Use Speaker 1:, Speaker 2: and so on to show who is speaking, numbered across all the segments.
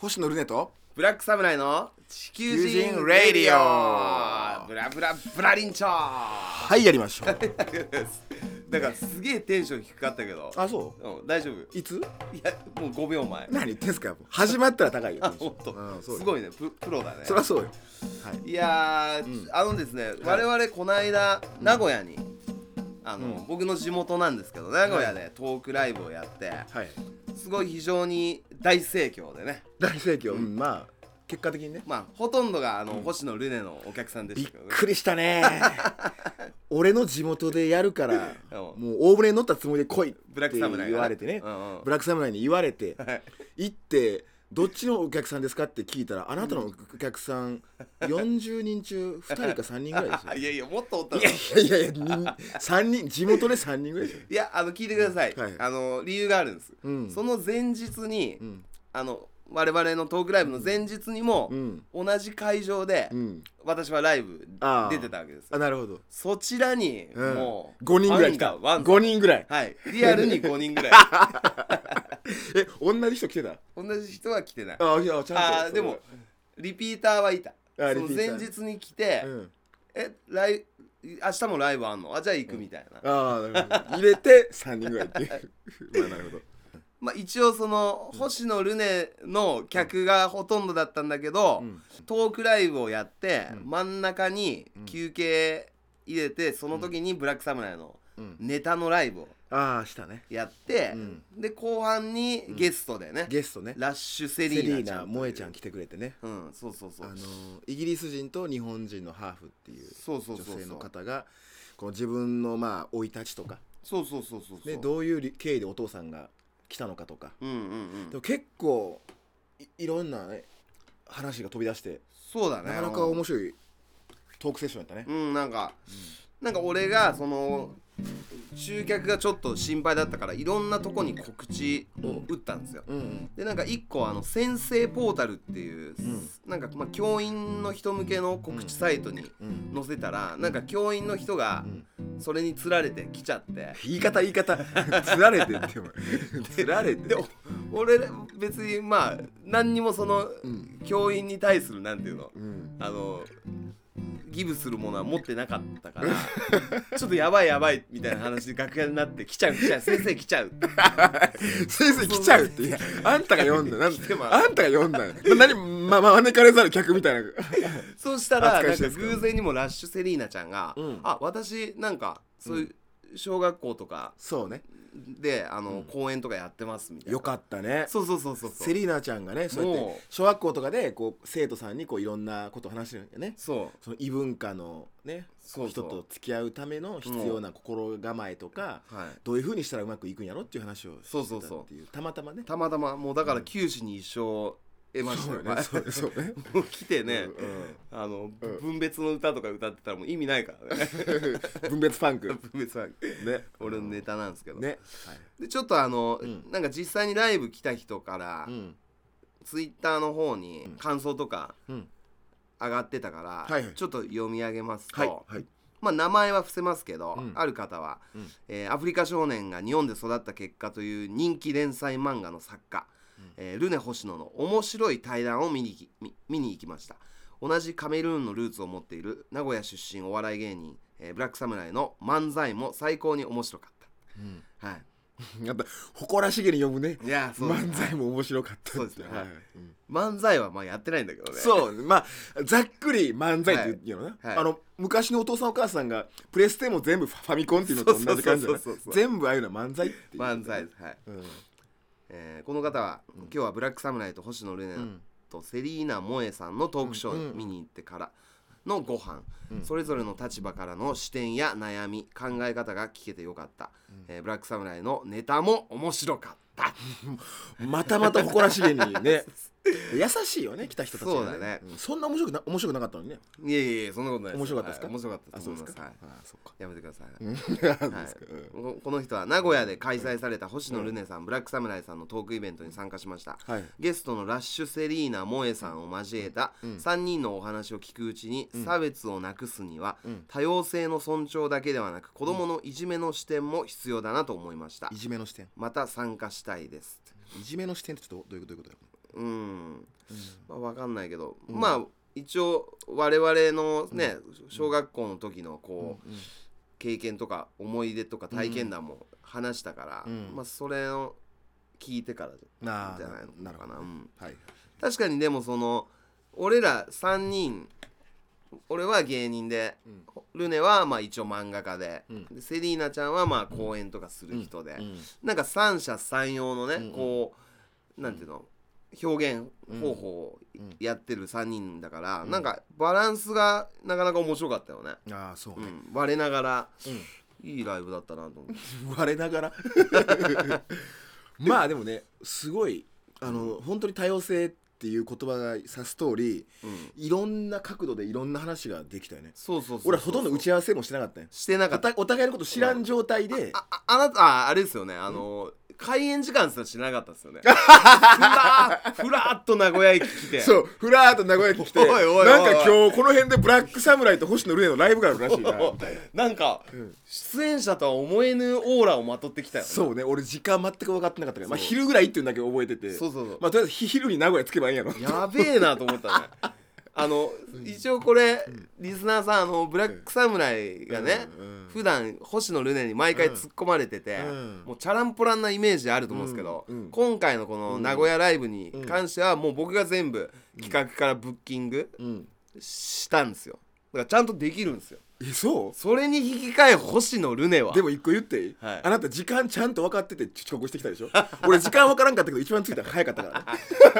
Speaker 1: 星野ルネと
Speaker 2: ブラックサムライの地球人レディオブラブラブラリンチョー
Speaker 1: はいやりましょう
Speaker 2: だからすげえテンション低かったけど
Speaker 1: あそ
Speaker 2: うん大丈夫
Speaker 1: ういつ
Speaker 2: いやもう5秒前
Speaker 1: 何言ってんすかもう始まったら高いよ
Speaker 2: あ本当、
Speaker 1: うんそうよ
Speaker 2: すごいねププロだね
Speaker 1: そりゃそうよはい
Speaker 2: いやー、あのですね、我々この間名古屋に、あの、
Speaker 1: うん
Speaker 2: 僕の地元なんですけど名古屋でトークライブをやって、
Speaker 1: はい
Speaker 2: すごい非常に大盛況でね
Speaker 1: 大盛況うんまあ結果的にね
Speaker 2: まあほとんどがあの、星野ルネのお客さんで
Speaker 1: び
Speaker 2: し
Speaker 1: った
Speaker 2: けどね
Speaker 1: くりしたね 俺の地元でやるから
Speaker 2: うん
Speaker 1: もう大船に乗ったつもりで来いって
Speaker 2: ブラックサムライがね
Speaker 1: 言われてね
Speaker 2: うんうん
Speaker 1: ブラックサムライに言われて
Speaker 2: はい
Speaker 1: 行ってどっちのお客さんですかって聞いたらあなたのお客さん40人中2人か3人ぐらいですよ
Speaker 2: あいやいやもっとおったの
Speaker 1: いや いやいや三人地元で3人ぐらいですよ
Speaker 2: いやあの聞いてください、
Speaker 1: はい
Speaker 2: あの理由があるんです、
Speaker 1: うん
Speaker 2: その前日に、
Speaker 1: うん
Speaker 2: あの我々のトークライブの前日にも
Speaker 1: う、ん
Speaker 2: 同じ会場で、
Speaker 1: うん
Speaker 2: 私はライブ
Speaker 1: あー
Speaker 2: 出てたわけですよ
Speaker 1: あなるほど、
Speaker 2: そちらに、
Speaker 1: うん、
Speaker 2: もう
Speaker 1: 5人ぐらい来た
Speaker 2: ファンがワン
Speaker 1: 5人ぐらい
Speaker 2: はいリアルに5人ぐ らい
Speaker 1: え同じ人来てた
Speaker 2: 同じ人は来てないあ
Speaker 1: あいやちゃんと
Speaker 2: あ
Speaker 1: そ
Speaker 2: ー
Speaker 1: う
Speaker 2: でもリピーターはいた
Speaker 1: あー
Speaker 2: その
Speaker 1: リピータ
Speaker 2: 前
Speaker 1: ー
Speaker 2: 日に来て、
Speaker 1: うん、
Speaker 2: えライ明日もライブあんのあじゃあ行くみたいな、
Speaker 1: ああなるほど入れて3人ぐらい っていうまあなるほど
Speaker 2: まあ、一応その星野ルネの客がほとんどだったんだけど、
Speaker 1: ん
Speaker 2: トークライブをやって、
Speaker 1: うん
Speaker 2: 真ん中に休憩入れてその時にブラックサムライの
Speaker 1: うん
Speaker 2: ネタのライブを
Speaker 1: ああしたね
Speaker 2: やって、
Speaker 1: うん
Speaker 2: で後半にゲストでね、
Speaker 1: ゲストね
Speaker 2: ラッシュ
Speaker 1: セ
Speaker 2: セリ
Speaker 1: リ
Speaker 2: ーナ
Speaker 1: ー
Speaker 2: ちゃ
Speaker 1: ナ
Speaker 2: ん
Speaker 1: 萌えちゃん来てくれてね
Speaker 2: うんそうそうそ
Speaker 1: あ
Speaker 2: う
Speaker 1: のイギリス人と日本人のハーフっていう
Speaker 2: そうそう
Speaker 1: 女
Speaker 2: そうそう
Speaker 1: 性の方がこの自分のまあ生い立ちとか、
Speaker 2: そうそうそうそう
Speaker 1: ね、
Speaker 2: う
Speaker 1: どういうり経緯でお父さんが来たのかとか
Speaker 2: うんうんう
Speaker 1: で
Speaker 2: ん
Speaker 1: も結構いいろんな、ね、話が飛び出して
Speaker 2: そうだね
Speaker 1: なかなか面白いトークセッションやったね
Speaker 2: うんなんか、なんか俺がその集客がちょっと心配だったからいろんなとこに告知を打ったんですよ、
Speaker 1: うんうん
Speaker 2: でなんか1個あの先生ポータルっていう、なんかまあ教員の人向けの告知サイトに
Speaker 1: うん
Speaker 2: 載せたらなんか教員の人がそれにつられて来ちゃって
Speaker 1: 言い方言い方つられてってお前つられて
Speaker 2: でお俺別にまあ何にもその
Speaker 1: うん
Speaker 2: 教員に対するなんていうの
Speaker 1: うん
Speaker 2: あのギブするものは持ってなかったから ちょっとやばいやばいみたいな話で楽屋になって来ちゃう来ちゃう先生来ちゃう
Speaker 1: 先生来ちゃうっていやあんたが読んだなん
Speaker 2: てます
Speaker 1: あんたが読んだよな何まま招かれざる客みたいな
Speaker 2: そうしたら
Speaker 1: 扱
Speaker 2: ないん
Speaker 1: して
Speaker 2: か
Speaker 1: んすか
Speaker 2: 偶然にもラッシュセリーナちゃんが「
Speaker 1: うん
Speaker 2: あ私なんかそういう小学校とか
Speaker 1: そうね
Speaker 2: であの、公演とかやってます」みたいな
Speaker 1: よかったね
Speaker 2: そうそうそうそうそ
Speaker 1: セ
Speaker 2: う
Speaker 1: リーナちゃんがねそうやっ
Speaker 2: も
Speaker 1: て小学校とかでこう生徒さんにこういろんなことを話してるんだよね
Speaker 2: そう
Speaker 1: その異文化のね
Speaker 2: そうそ
Speaker 1: 人
Speaker 2: う
Speaker 1: と付き合うための必要な心構えとか、
Speaker 2: はい
Speaker 1: どういうふうにしたらうまくいくんやろっていう話をしてた
Speaker 2: そう
Speaker 1: ってい
Speaker 2: そううそう
Speaker 1: たまたまね
Speaker 2: たまたまもうだから九死に一生を得ました
Speaker 1: そう
Speaker 2: よ
Speaker 1: よねそうよそうね
Speaker 2: もう来て ね、
Speaker 1: う
Speaker 2: あの、
Speaker 1: ん
Speaker 2: 分別の歌とか歌ってたらもう意味ないからね
Speaker 1: ん分別パンクね
Speaker 2: 分別は俺のネタなんですけど、
Speaker 1: ね、
Speaker 2: でちょっとあの、
Speaker 1: ん
Speaker 2: なんか実際にライブ来た人から、
Speaker 1: うん
Speaker 2: ツイッターの方に感想とか
Speaker 1: うん
Speaker 2: 上がってたから、
Speaker 1: はいはい
Speaker 2: ちょっと読み上げますと、
Speaker 1: はいはい
Speaker 2: まあ、名前は伏せますけど、
Speaker 1: うん
Speaker 2: ある方は、
Speaker 1: うん
Speaker 2: えーアフリカ少年が日本で育った結果」という人気連載漫画の作家、えールネ星野の面白い対談を見に行き見見に行きました同じカメルーンのルーツを持っている名古屋出身お笑い芸人、えーブラックサムライの漫才も最高に面白かっ
Speaker 1: うん
Speaker 2: た、はい、
Speaker 1: やっぱ誇らしげに読むね
Speaker 2: いやそう
Speaker 1: 漫才も面白かった
Speaker 2: そうですねはい
Speaker 1: うん
Speaker 2: 漫才はまあやってないんだけどね
Speaker 1: そうまあざっくり漫才って言うのね、
Speaker 2: はいはい
Speaker 1: あの昔のお父さんお母さんがプレステも全部ファファミコンっていうのと同じ感じじゃない
Speaker 2: そうそうそうそう
Speaker 1: 全部ああいうのは漫才っていう
Speaker 2: 漫才ですはい
Speaker 1: うん
Speaker 2: えーこの方は、今日はブラックサムライと星野ルネ
Speaker 1: ん
Speaker 2: とセリーナ萌えさんのトークショーに見に行ってからのご飯、それぞれの立場からの視点や悩み考え方が聞けてよかった、えーブラックサムライのネタも面白かった
Speaker 1: またまた誇らし げにね優しいよね来た人たちが
Speaker 2: そうだね
Speaker 1: んそんな面白くな面白くなかったのにね
Speaker 2: いやいやいやそんなことない
Speaker 1: 面白かったですか、
Speaker 2: はい面白かった
Speaker 1: あ
Speaker 2: と
Speaker 1: そう
Speaker 2: 思
Speaker 1: で
Speaker 2: いますす
Speaker 1: か
Speaker 2: はい
Speaker 1: あそうか
Speaker 2: やめ
Speaker 1: うんそう
Speaker 2: てくださいは
Speaker 1: で
Speaker 2: い
Speaker 1: すかうん
Speaker 2: ここの人は名古屋で開催された星野ルネさん、ブラックサムライさんのトークイベントに参加しました、
Speaker 1: はい
Speaker 2: ゲストのラッシュセリーナ萌えさんを交えた3人のお話を聞くうちに、差別をなくすには、多様性の尊重だけではなく子どものいじめの視点も必要だなと思いました、
Speaker 1: いじめの視点
Speaker 2: また参加したいです
Speaker 1: いじめの視点ってちょっとどういうどういうことだよ
Speaker 2: うんまあ、分かんないけど、
Speaker 1: うん
Speaker 2: まあ一応我々のね、小学校の時のこう、経験とか思い出とか体験談も話したから、
Speaker 1: うん
Speaker 2: まあ、それを聞いてからじ
Speaker 1: なあ
Speaker 2: ゃないの
Speaker 1: なる
Speaker 2: か
Speaker 1: ほ
Speaker 2: な
Speaker 1: ど
Speaker 2: うん
Speaker 1: はい
Speaker 2: 確かにでもその俺ら3人俺は芸人で、
Speaker 1: うん
Speaker 2: ルネはまあ一応漫画家で,、
Speaker 1: うん
Speaker 2: でセリーナちゃんはまあ公演とかする人で、
Speaker 1: うん
Speaker 2: なんか三者三様のね、
Speaker 1: うんうん
Speaker 2: こうなんていうの表現方法を
Speaker 1: うん
Speaker 2: やってる3人だから、
Speaker 1: ん
Speaker 2: なんかバランスがなかなか面白かったよね、
Speaker 1: ああそう
Speaker 2: う
Speaker 1: ね、
Speaker 2: ん、我ながら、いいライブだったなと思って
Speaker 1: 我な がらまあでもねすごいあの本当に多様性っていう言葉が指す通り
Speaker 2: うん
Speaker 1: いろんな角度でいろんな話ができたよね
Speaker 2: そうそうそうそう
Speaker 1: 俺はほとんど打ち合わせもしてなかったよ
Speaker 2: してなか
Speaker 1: お
Speaker 2: った
Speaker 1: たお互いのこと知らん状態で
Speaker 2: あああなたああれですよねあの開演時間すらしなかったで すよねふらーふらーっと名古屋駅来て
Speaker 1: そうふらーっと名古屋に来て
Speaker 2: おいおいおい
Speaker 1: なんか今日この辺でブラックサムライと星野ルネのライブがあるらしいな
Speaker 2: お なんか、出演者とは思えぬオーラをまとってきたよね
Speaker 1: そうね俺時間全く分かってなかったから、まあ、
Speaker 2: そう
Speaker 1: 昼ぐらいっていうのだけ覚えてて
Speaker 2: そうそうそう
Speaker 1: まあとりあえず昼に名古屋着けばいいんやろ
Speaker 2: やべえなと思っ たねあの一応これ、リスナーさんあのブラックサムライがね、
Speaker 1: うんうん
Speaker 2: 普段星野ルネに毎回突っ込まれてて、
Speaker 1: うん
Speaker 2: もうチャランポランなイメージあると思うんですけど、
Speaker 1: うんうん
Speaker 2: 今回のこの名古屋ライブに関してはもう僕が全部企画からブッキング
Speaker 1: うん
Speaker 2: したんですよだからちゃんとできるんですよ
Speaker 1: えそう
Speaker 2: それに引き換え星野ルネは
Speaker 1: でも一個言っていい、
Speaker 2: はい
Speaker 1: あなた時間ちゃんと分かってて遅刻してきたでしょ 俺時間分からんかったけど一番着いたの早かったから ね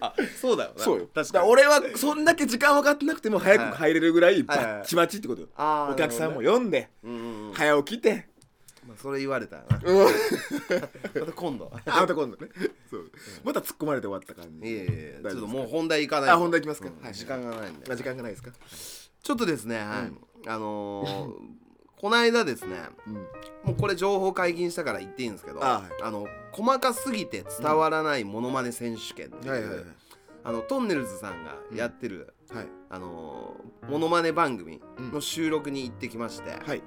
Speaker 2: あそうだよな
Speaker 1: そうよだ
Speaker 2: 確か
Speaker 1: ら
Speaker 2: に
Speaker 1: 俺はそんだけ時間分かってなくても早く入れるぐらい
Speaker 2: はいはい
Speaker 1: バッチバチってことよ、
Speaker 2: あー
Speaker 1: お客さんも読んで、
Speaker 2: うんうんうん
Speaker 1: 早起きて、
Speaker 2: まあそれ言われ たよな
Speaker 1: うん、
Speaker 2: また今度
Speaker 1: あまた今度ねそうまた突っ込まれて終わった感じ
Speaker 2: いやいやいや
Speaker 1: 大
Speaker 2: ちょ
Speaker 1: 丈
Speaker 2: っ
Speaker 1: 夫です
Speaker 2: と
Speaker 1: か
Speaker 2: もう本題いかないと
Speaker 1: あ本題いきますか
Speaker 2: うん
Speaker 1: はい
Speaker 2: 時間がないんで
Speaker 1: あ時間がないですか
Speaker 2: ちょっとですね、はいあのーこの間ですね
Speaker 1: うん
Speaker 2: もうこれ情報解禁したから言っていいんですけど
Speaker 1: あはい
Speaker 2: の細かすぎて伝わらないモノマネ選手権っていう
Speaker 1: はいはいはい
Speaker 2: あのトンネルズさんがやってる、
Speaker 1: はい
Speaker 2: あのーモノマネ番組の収録に行ってきまして、
Speaker 1: はい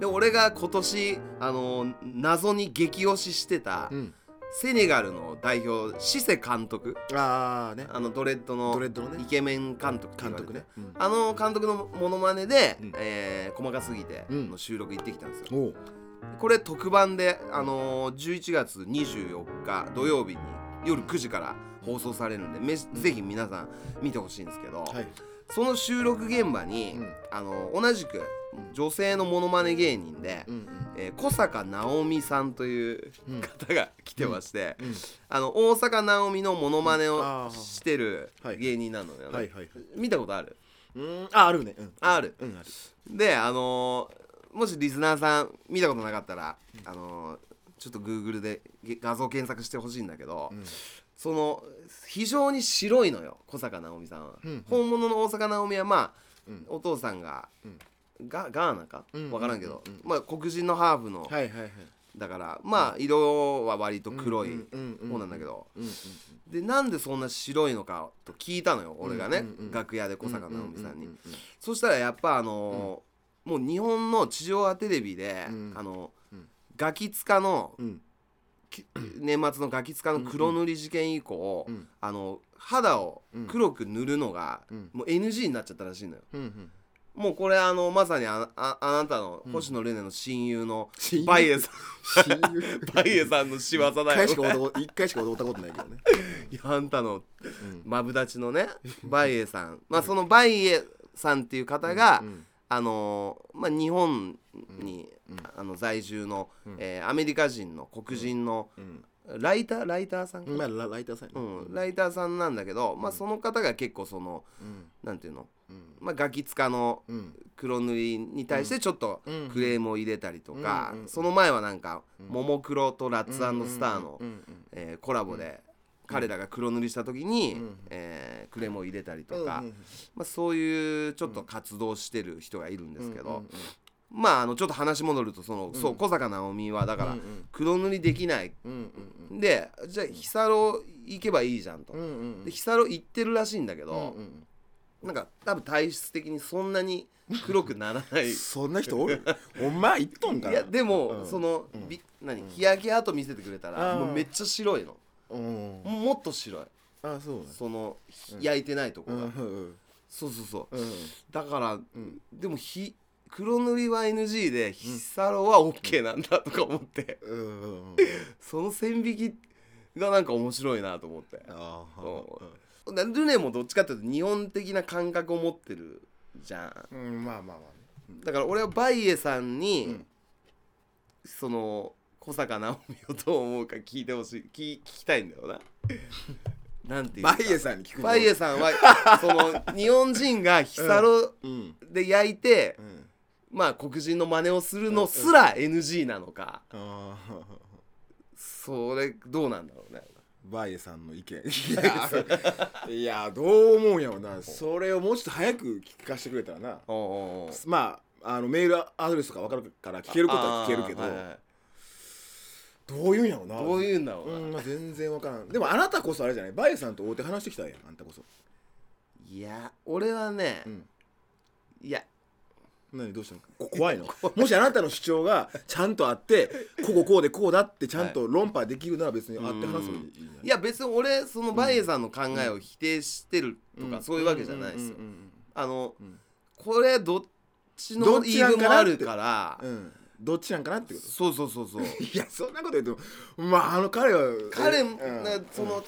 Speaker 2: で俺が今年、あのー謎に激推ししてた、
Speaker 1: うん
Speaker 2: セネガルの代表シセ監督
Speaker 1: ああね
Speaker 2: あのドレッドの
Speaker 1: ドレッドのね
Speaker 2: イケメン監督って
Speaker 1: 監
Speaker 2: 言われ
Speaker 1: 督
Speaker 2: て
Speaker 1: ね、うん
Speaker 2: あの監督のモノマネで、
Speaker 1: うん
Speaker 2: えー細かすぎて」
Speaker 1: うん
Speaker 2: の収録行ってきたんですよ、
Speaker 1: おう
Speaker 2: これ特番で、あのー11月24日土曜日に夜9時から放送されるんでめぜひ皆さん見てほしいんですけど、
Speaker 1: はい
Speaker 2: その収録現場に、
Speaker 1: うん
Speaker 2: あのー同じく女性のモノマネ芸人で、
Speaker 1: うんうん
Speaker 2: えー小坂直美さんという
Speaker 1: うん
Speaker 2: 方が来てまして、
Speaker 1: うん
Speaker 2: あの大坂なおみのモノマネ
Speaker 1: うん
Speaker 2: を
Speaker 1: あー
Speaker 2: してる
Speaker 1: はい
Speaker 2: 芸人なのよね、
Speaker 1: はいはいはい
Speaker 2: 見たことある
Speaker 1: うんああるねうん
Speaker 2: ある
Speaker 1: うんある
Speaker 2: であのーもしリスナーさん見たことなかったら、あのーちょっとグーグルでげ画像検索してほしいんだけど、その非常に白いのよ小坂なおみさんは、
Speaker 1: うんうん
Speaker 2: 本物の大坂なおみはまあ、
Speaker 1: うん
Speaker 2: お父さんが、
Speaker 1: うん
Speaker 2: がガーナか、
Speaker 1: うん
Speaker 2: 分からんけど、
Speaker 1: うんうん
Speaker 2: まあ、黒人のハーフの、
Speaker 1: はいはいはい
Speaker 2: だからまあ色は割と黒い方なんだけど、
Speaker 1: うんうん
Speaker 2: でなんでそんな白いのかと聞いたのよ俺がね、
Speaker 1: うんうんうん
Speaker 2: 楽屋で小坂直
Speaker 1: う
Speaker 2: 美さんに、
Speaker 1: んうんうんうん
Speaker 2: そしたらやっぱあのーもう日本の地上波テレビで、
Speaker 1: うん
Speaker 2: あの
Speaker 1: うん
Speaker 2: ガキツカの、
Speaker 1: うん
Speaker 2: き年末のガキツカの黒塗り事件以降、
Speaker 1: うん
Speaker 2: あの肌を黒く塗るのが、
Speaker 1: うん
Speaker 2: もう NG になっちゃったらしいのよ
Speaker 1: うん うん
Speaker 2: もうこれあのまさにあああなたの星野レネの親友の
Speaker 1: 親友
Speaker 2: バイエさん、
Speaker 1: 親友
Speaker 2: バイエさんの仕業だ
Speaker 1: 一
Speaker 2: よ
Speaker 1: 回しか踊った一回しか踊ったことないけど ね
Speaker 2: いやあんたの
Speaker 1: ん
Speaker 2: マブダチのね バイエさんまあそのバイエさんっていう方が、
Speaker 1: うん
Speaker 2: あのーまあ、日本に、
Speaker 1: うん
Speaker 2: あの在住の、えーアメリカ人の黒人の
Speaker 1: うん
Speaker 2: ライターライターさんか
Speaker 1: まあラライターさん
Speaker 2: う
Speaker 1: うん
Speaker 2: ん、ライターさんなんだけど、まあ、その方が結構そのなんていうの、
Speaker 1: うん
Speaker 2: まあ、ガキ使の
Speaker 1: うん
Speaker 2: 黒塗りに対してちょっと
Speaker 1: うん
Speaker 2: クレームを入れたりとか、
Speaker 1: うんうん
Speaker 2: その前はなんか、ももクロとラッツスターの、
Speaker 1: うん
Speaker 2: えーコラボで彼らが黒塗りした時に、
Speaker 1: うん
Speaker 2: えークレームを入れたり
Speaker 1: うん
Speaker 2: とか、
Speaker 1: うん
Speaker 2: まあ、そういうちょっと活動してる人がいるんですけど、
Speaker 1: うんうん
Speaker 2: まああのちょっと話戻るとその、そう小坂直美はだから
Speaker 1: うんうん
Speaker 2: 黒塗りできない、
Speaker 1: うん
Speaker 2: でじゃあ日サロ行けばいいじゃんと、
Speaker 1: うんうんうんうん
Speaker 2: で日サロ行ってるらしいんだけど、
Speaker 1: うん
Speaker 2: なんか多分体質的にそんなに黒くならない。
Speaker 1: そんな人おるお前いっとんか
Speaker 2: い
Speaker 1: な
Speaker 2: やでも、
Speaker 1: うん
Speaker 2: その、び何日焼け跡見せてくれたら、
Speaker 1: あー
Speaker 2: もうめっちゃ白いの
Speaker 1: うん
Speaker 2: もっと白い
Speaker 1: あそうね
Speaker 2: その、ひ
Speaker 1: うん
Speaker 2: 焼いてないとこ
Speaker 1: う
Speaker 2: が、
Speaker 1: んうん
Speaker 2: そうそうそう
Speaker 1: うん
Speaker 2: だから、
Speaker 1: ん
Speaker 2: でもひ黒塗りは NG でヒサロは OK なんだとか思って、
Speaker 1: うんうんうんうん
Speaker 2: その線引きがなんか面白いなと思って
Speaker 1: あー
Speaker 2: うんだルネもどっちかっていうと日本的な感覚を持ってるじゃん
Speaker 1: うんうんまあまあまあ
Speaker 2: だから俺はバイエさんに、
Speaker 1: うん
Speaker 2: その小坂直美をどう思うか聞いてほしい聞聞きたいんだよ ななんていうか
Speaker 1: バイエさんに聞くの
Speaker 2: バイエさんはその日本人がヒサロ
Speaker 1: うん
Speaker 2: で焼いて、
Speaker 1: うん
Speaker 2: まあ黒人の真似をするのすら NG なのか、
Speaker 1: あー
Speaker 2: それどうなんだろうね
Speaker 1: バイエさんの意見 いやそいやどう思うんやろなそれをもうちょっと早く聞かせてくれたらな
Speaker 2: おうおうおう
Speaker 1: まああのメールアドレスとか分かるから聞けることは聞けるけど、
Speaker 2: あーはいはい
Speaker 1: どういうんやろな
Speaker 2: どういうんだろうな、
Speaker 1: うん、まあ、全然分からんでもあなたこそあれじゃないバイエさんと大手話してきたやんあんたこそ
Speaker 2: いや俺はね、
Speaker 1: うん
Speaker 2: いや
Speaker 1: 何どうしたの こ怖いのもしあなたの主張がちゃんとあってこここうでこうだってちゃんと論破できるなら別にあって話すのにいいんじゃない
Speaker 2: いや別に俺そのバイエさんの考えを否定してるとか、そういうわけじゃないですよ、
Speaker 1: うんうん
Speaker 2: あの、
Speaker 1: ん
Speaker 2: これどっち
Speaker 1: ど
Speaker 2: の
Speaker 1: っ
Speaker 2: 言い
Speaker 1: ちなん
Speaker 2: 分
Speaker 1: かな
Speaker 2: もあるから
Speaker 1: うんうんうんどっちなんかなってこと
Speaker 2: そうそうそうそう
Speaker 1: いやそんなこと言ってもまああの彼は
Speaker 2: 彼、
Speaker 1: うん
Speaker 2: なその、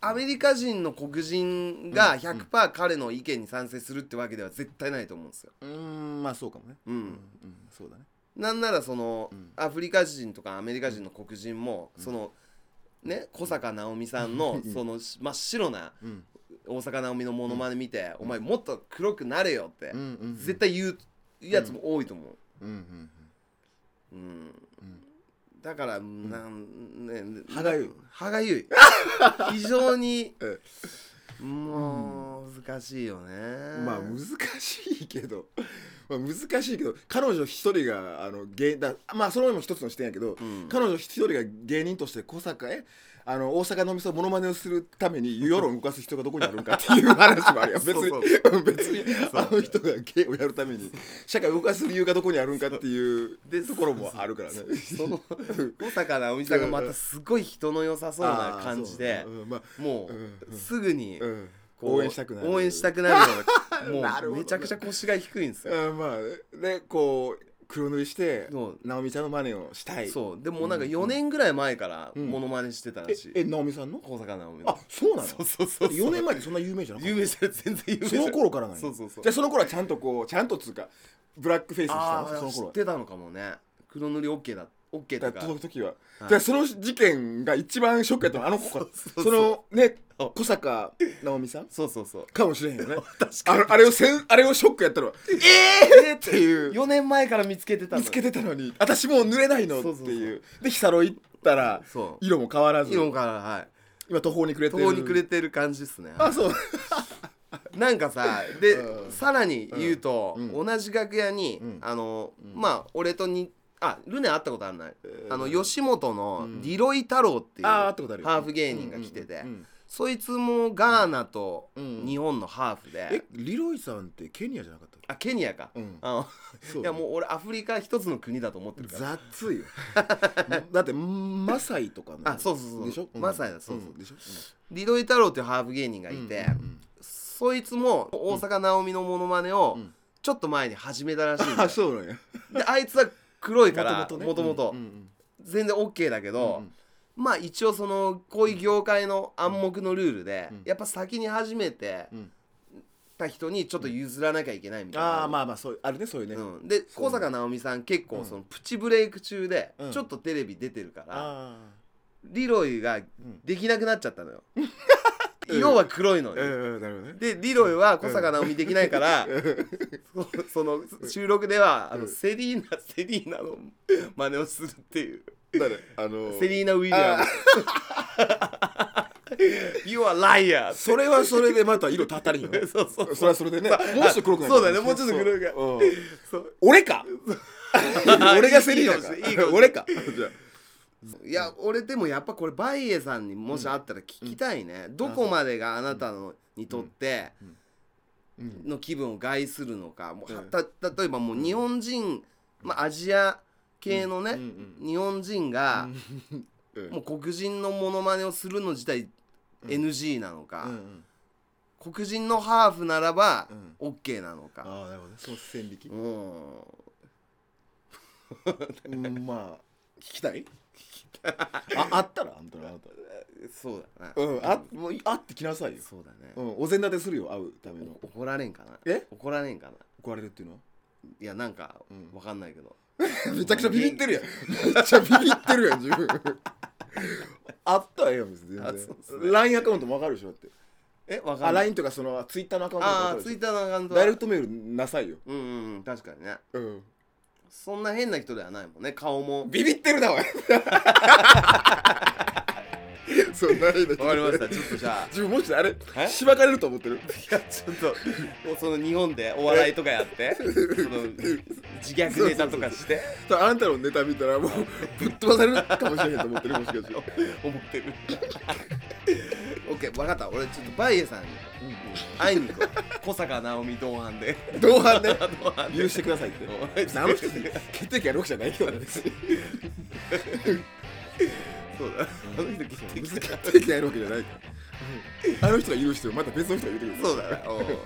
Speaker 2: アメリカ人の黒人が100%彼の意見に賛成するってわけでは絶対ないと思うんですよ。
Speaker 1: うんうんまあそうかもね
Speaker 2: うん
Speaker 1: うん、うんそうだね
Speaker 2: なんならその、
Speaker 1: ん
Speaker 2: アフリカ人とかアメリカ人の黒人も、そのね小坂直美さんの、そのし真っ白な
Speaker 1: うん
Speaker 2: 大坂直美のモノマネ見て、お前もっと黒くなれよって、
Speaker 1: うんうんうん
Speaker 2: 絶対言うやつも多いと思う。
Speaker 1: うんうん
Speaker 2: うんだから、なんねね
Speaker 1: 歯がゆい
Speaker 2: 歯 がゆい非常に
Speaker 1: え
Speaker 2: もう難しいよね
Speaker 1: まあ難しいけど、 まあ、難しいけど彼女一人があの芸だまあそれも一つの視点やけど、
Speaker 2: ん
Speaker 1: 彼女一人が芸人として小坂へあの大阪のお店をモノマネをするために世論を動かす人がどこにあるんかっていう話もあるよ別に
Speaker 2: そう
Speaker 1: 別に あの人が芸をやるために社会を動かす理由がどこにあるんかっていうところもあるからね。
Speaker 2: その小坂直美さんがまたすごい人の良さそうな感じで
Speaker 1: あーそううんまあ
Speaker 2: も
Speaker 1: うんう
Speaker 2: うすぐに
Speaker 1: うん
Speaker 2: こう
Speaker 1: 応援したくなる
Speaker 2: 応援したくなるよ うな
Speaker 1: なる
Speaker 2: も
Speaker 1: ほど
Speaker 2: うめちゃくちゃ腰が低いんですよ
Speaker 1: あまあでこう黒塗りして
Speaker 2: そう
Speaker 1: 直美ちゃんの真似をしたい
Speaker 2: そうでもなんか4年ぐらい前から
Speaker 1: ん
Speaker 2: モノマネしてたらしい
Speaker 1: ええ直美さんの
Speaker 2: 小坂直美の
Speaker 1: あそうなの
Speaker 2: そうそうそうそう
Speaker 1: 4年前でそんな有名じゃなかっ
Speaker 2: 有名じゃない全然有名
Speaker 1: た
Speaker 2: じ
Speaker 1: そ
Speaker 2: ゃない
Speaker 1: の頃からなんや
Speaker 2: そうそうそう
Speaker 1: じゃあその頃はちゃんとこうちゃんとつうかブラックフェイスにした
Speaker 2: あ
Speaker 1: の
Speaker 2: あ
Speaker 1: その
Speaker 2: 知
Speaker 1: 頃
Speaker 2: っ
Speaker 1: は
Speaker 2: てたのかもね黒塗り OK だ OK
Speaker 1: だか
Speaker 2: とから
Speaker 1: その時は、
Speaker 2: はい
Speaker 1: じゃあその事件が一番ショックやったのはあの子か
Speaker 2: そうそう
Speaker 1: そのね
Speaker 2: そう
Speaker 1: 小坂直美さん
Speaker 2: そうそうそう
Speaker 1: かもしれへんよね
Speaker 2: 確
Speaker 1: あのあれをせんあれをショックやったのは
Speaker 2: ええ
Speaker 1: っていう
Speaker 2: 4年前から見つけてたの
Speaker 1: 見つけてたのに私もう濡れないのっていう
Speaker 2: そうそうそ
Speaker 1: でヒサロ行ったら
Speaker 2: そう
Speaker 1: 色も変わらず
Speaker 2: イオンからはい
Speaker 1: 今途方に暮れて
Speaker 2: 途
Speaker 1: る
Speaker 2: 方に暮れてる感じですね
Speaker 1: あそう
Speaker 2: なんかさで
Speaker 1: うん
Speaker 2: さらに言うと、
Speaker 1: うん
Speaker 2: 同じ楽屋に、
Speaker 1: うん
Speaker 2: あの、まあ俺とにあルネ会ったことあるない、
Speaker 1: えー
Speaker 2: あの吉本の
Speaker 1: ん
Speaker 2: ディロイ太郎っていう
Speaker 1: あー会ったことあるよ
Speaker 2: ハーフ芸人が来てて、
Speaker 1: うんうんうん
Speaker 2: そいつもガーナと
Speaker 1: うん
Speaker 2: 日本のハーフで、
Speaker 1: えリロイさんってケニアじゃなかったっけ
Speaker 2: あケニアか、
Speaker 1: うん
Speaker 2: あの
Speaker 1: そう
Speaker 2: いやもう俺アフリカ一つの国だと思ってるから
Speaker 1: 雑いよ だってマサイとかの
Speaker 2: あそうそうそう
Speaker 1: でしょ、
Speaker 2: マサイだそうそうん
Speaker 1: でしょ、
Speaker 2: リロイ太郎っていうハーフ芸人がいて、
Speaker 1: うんうん
Speaker 2: そいつも大阪なおみのモノマネを
Speaker 1: ん
Speaker 2: ちょっと前に始めたらしいん
Speaker 1: あ
Speaker 2: だよ
Speaker 1: そうなんや
Speaker 2: であいつは黒いから
Speaker 1: 元々ね
Speaker 2: もともと
Speaker 1: うんうん
Speaker 2: 全然 OK だけど、
Speaker 1: うん
Speaker 2: まあ一応そのこういう業界の暗黙のルールで、
Speaker 1: うん
Speaker 2: やっぱ先に始めて
Speaker 1: うん
Speaker 2: た人にちょっと譲らなきゃいけないみたいな、
Speaker 1: ああまあまあそうあるねそういうね、
Speaker 2: うん、で小坂なおみさん結構そのプチブレイク中で
Speaker 1: うん
Speaker 2: ちょっとテレビ出てるから、
Speaker 1: あ
Speaker 2: リロイができなくなっちゃ ったのよ、
Speaker 1: うん
Speaker 2: 要は黒いの
Speaker 1: あ
Speaker 2: よ、
Speaker 1: ええなるほどね
Speaker 2: でリロイは小坂直美できないから、そその収録ではあの、セリーナセリーナの真似をするっていう
Speaker 1: 誰あの
Speaker 2: セリーナ・ウィリアム You are liar
Speaker 1: それはそれでまた色たったりんよね
Speaker 2: そう そう
Speaker 1: それはそれでねもうちょっと黒くな
Speaker 2: そうだねもうちょっと黒いが
Speaker 1: うん
Speaker 2: そう
Speaker 1: 俺 か俺がセリーナ
Speaker 2: いいかもしれないいいか
Speaker 1: か
Speaker 2: もしれない
Speaker 1: 俺かじゃあ
Speaker 2: いや俺でもやっぱこれバイエさんにもしあったら聞きたいね、どこまでがあなたのにとって
Speaker 1: うん
Speaker 2: の気分を害するのかもう
Speaker 1: うん
Speaker 2: はた例えばもう日本人、まあ、アジア系のね、
Speaker 1: うんうん
Speaker 2: 日本人が
Speaker 1: うん
Speaker 2: もう黒人のモノマネをするの自体
Speaker 1: うん
Speaker 2: NG なのか
Speaker 1: う、んうん
Speaker 2: 黒人のハーフならば
Speaker 1: うん
Speaker 2: OK なのか、
Speaker 1: ああなるほどねその線引き
Speaker 2: う、ん、
Speaker 1: うん、まあ聞きたい ああったらあんたらあなた
Speaker 2: そうだな、
Speaker 1: うんあもうあってきなさいよ、
Speaker 2: そうだね、
Speaker 1: うん、お膳立てするよ会うための
Speaker 2: お怒られんかな
Speaker 1: え
Speaker 2: 怒られんかな
Speaker 1: 怒られるっていうのは
Speaker 2: いやなんか
Speaker 1: うん
Speaker 2: わかんないけど、
Speaker 1: めちゃくちゃビビってるやん めっちゃビビってるやん自 分あったらええよ別に
Speaker 2: あ
Speaker 1: 全
Speaker 2: そうっすね
Speaker 1: 然 LINE アカウントもわかるでしょだって
Speaker 2: えわか
Speaker 1: あ
Speaker 2: んない
Speaker 1: LINE とかその Twitter のアカウントもわ
Speaker 2: あ
Speaker 1: か
Speaker 2: あ
Speaker 1: るで
Speaker 2: ツ
Speaker 1: し
Speaker 2: イッターのアカウン
Speaker 1: ょ
Speaker 2: ト
Speaker 1: ダイレクトメールなさいよ、
Speaker 2: うんうんうん確かにね
Speaker 1: うん、
Speaker 2: そんな変な人ではないもんね顔も
Speaker 1: ビビってるなおい そんな変な人
Speaker 2: わかりましたちょっとじゃあ
Speaker 1: 自分もしあれ
Speaker 2: え
Speaker 1: しばかれると思ってる
Speaker 2: いやちょっともうその日本でお笑いとかやってその自虐ネタとかして
Speaker 1: 多分あんたのネタ見たらもうぶっ飛ばされるかもしれないと思ってるもしか して
Speaker 2: 思ってるオッケー分かった俺ちょっとバイエさんに会いに行こう小坂直美同伴で
Speaker 1: 同伴 ね
Speaker 2: 同伴
Speaker 1: 許してくださいって
Speaker 2: で
Speaker 1: あの人血液あるわけじゃない けどね別に
Speaker 2: そうだあの人聞いてきた
Speaker 1: 血液あるわけじゃないからあの人が許してもまた別の人が言うてくる
Speaker 2: そうだなおうわかり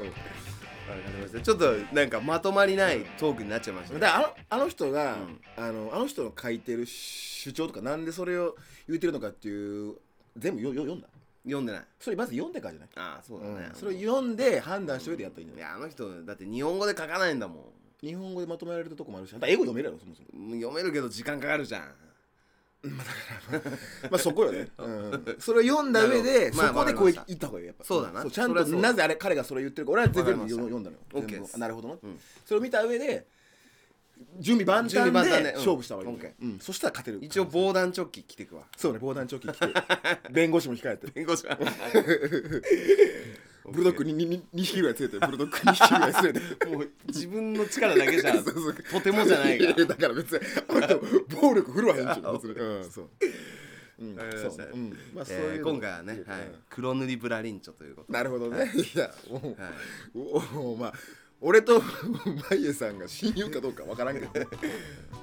Speaker 2: ましたちょっとなんかまとまりないトークになっちゃいましたね
Speaker 1: だからあのあの人が、
Speaker 2: うん
Speaker 1: あのあの人の書いてる主張とかなんでそれを言ってるのかっていう全部よよ読んだ
Speaker 2: 読んでない
Speaker 1: それまず読んでからじゃない
Speaker 2: ああそうだね、
Speaker 1: うんそれを読んで判断した上でやったらいいんじゃない
Speaker 2: いやあの人だって日本語で書かないんだも
Speaker 1: 日本語でまとめられるとこもあるしあんた英語読めるやろそもそも
Speaker 2: ん読めるけど時間かかるじゃん
Speaker 1: まあそこよね、うん、それを読んだ上で、
Speaker 2: なる
Speaker 1: そ
Speaker 2: ほ
Speaker 1: こで
Speaker 2: どまあ
Speaker 1: こう
Speaker 2: わかりま
Speaker 1: い
Speaker 2: した
Speaker 1: った方がいいやっぱ
Speaker 2: そうだな
Speaker 1: ちゃん
Speaker 2: それ
Speaker 1: と
Speaker 2: はそう
Speaker 1: なぜあれ彼がそれを言ってるか俺は全部
Speaker 2: わかりました
Speaker 1: 読んだのよ
Speaker 2: OK
Speaker 1: 全部
Speaker 2: です
Speaker 1: あなるほどな、
Speaker 2: ん
Speaker 1: それを見た上で準備万
Speaker 2: 準備万
Speaker 1: 端
Speaker 2: 端
Speaker 1: で
Speaker 2: でうん
Speaker 1: 勝負した方がいい、
Speaker 2: OK
Speaker 1: うん、そしたら勝てる
Speaker 2: 一応防弾チョッキ着てくわ
Speaker 1: そうね防弾チョッキ着 て弁護士も控えて
Speaker 2: 弁護士は
Speaker 1: ブルドッグににに2匹ぐらい連れてブルドッグ2匹ぐらい連れて
Speaker 2: もう自分の力だ けじゃ
Speaker 1: そうそう
Speaker 2: とてもじゃないが
Speaker 1: ややだから別にあの人暴力振るわへんじゃん別にうんそううん
Speaker 2: わかりました
Speaker 1: そううんまあそう
Speaker 2: え
Speaker 1: い
Speaker 2: ー
Speaker 1: うの
Speaker 2: 今回はね、はい
Speaker 1: うん
Speaker 2: 黒塗りブラリンチョということ
Speaker 1: なるほどね、い、やも、
Speaker 2: で、はいう
Speaker 1: おおまあ俺とマイエさんが親友かどうかわからんけど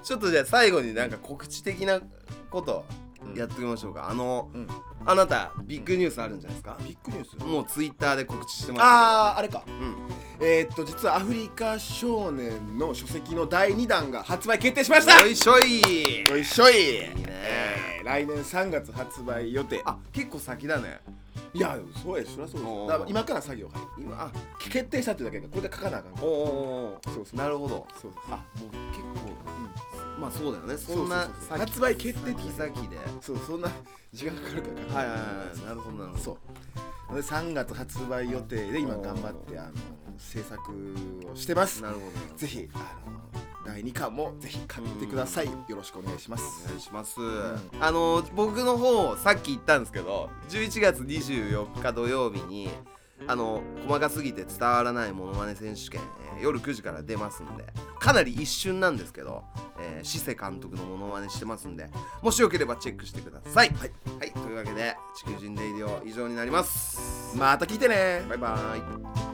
Speaker 2: ちょっとじゃあ最後になんか告知的なことやってみましょうか、あの、
Speaker 1: うん
Speaker 2: あなたビッグニュースあるんじゃないですか
Speaker 1: ビッグニュース
Speaker 2: もうツイッターで告知してます
Speaker 1: あああれか
Speaker 2: あうん
Speaker 1: えー、っと実はアフリカ少年の書籍の第2弾が発売決定しました
Speaker 2: よいしょい
Speaker 1: よいしょい
Speaker 2: いいね
Speaker 1: えー来年3月発売予定
Speaker 2: あ結構先だね
Speaker 1: いやそうやそりゃそうです
Speaker 2: お
Speaker 1: よ
Speaker 2: ー
Speaker 1: だから今から作業はい
Speaker 2: 今あ
Speaker 1: 決定したってだけだからこれで書かなあかんから
Speaker 2: おーおーおー
Speaker 1: そうそう
Speaker 2: なるほど
Speaker 1: そうです
Speaker 2: あもう結構、まあそうだよねそ
Speaker 1: そうん
Speaker 2: な
Speaker 1: そうそうそう発売決定
Speaker 2: 先々で
Speaker 1: そうそんな時間かかるから書かな
Speaker 2: はい
Speaker 1: あ
Speaker 2: はい
Speaker 1: かんから
Speaker 2: はいなるほどなるほど
Speaker 1: そうで3月発売予定で今
Speaker 2: おー
Speaker 1: 頑張ってあの制作をしてます
Speaker 2: なるほどなるほど
Speaker 1: ぜひあの第2巻もぜひ買ってくださいよろしくお願いしま
Speaker 2: お
Speaker 1: す
Speaker 2: 願いします、
Speaker 1: ん
Speaker 2: あの僕の方さっき言ったんですけど11月24日土曜日にあの細かすぎて伝わらないものまね選手権、えー夜9時から出ますんでかなり一瞬なんですけど、えー、シセ監督のものまねしてますんでもしよければチェックしてくださいはい、というわけで「地球人レイディオ」以上になります
Speaker 1: また聞いてね
Speaker 2: バイバイ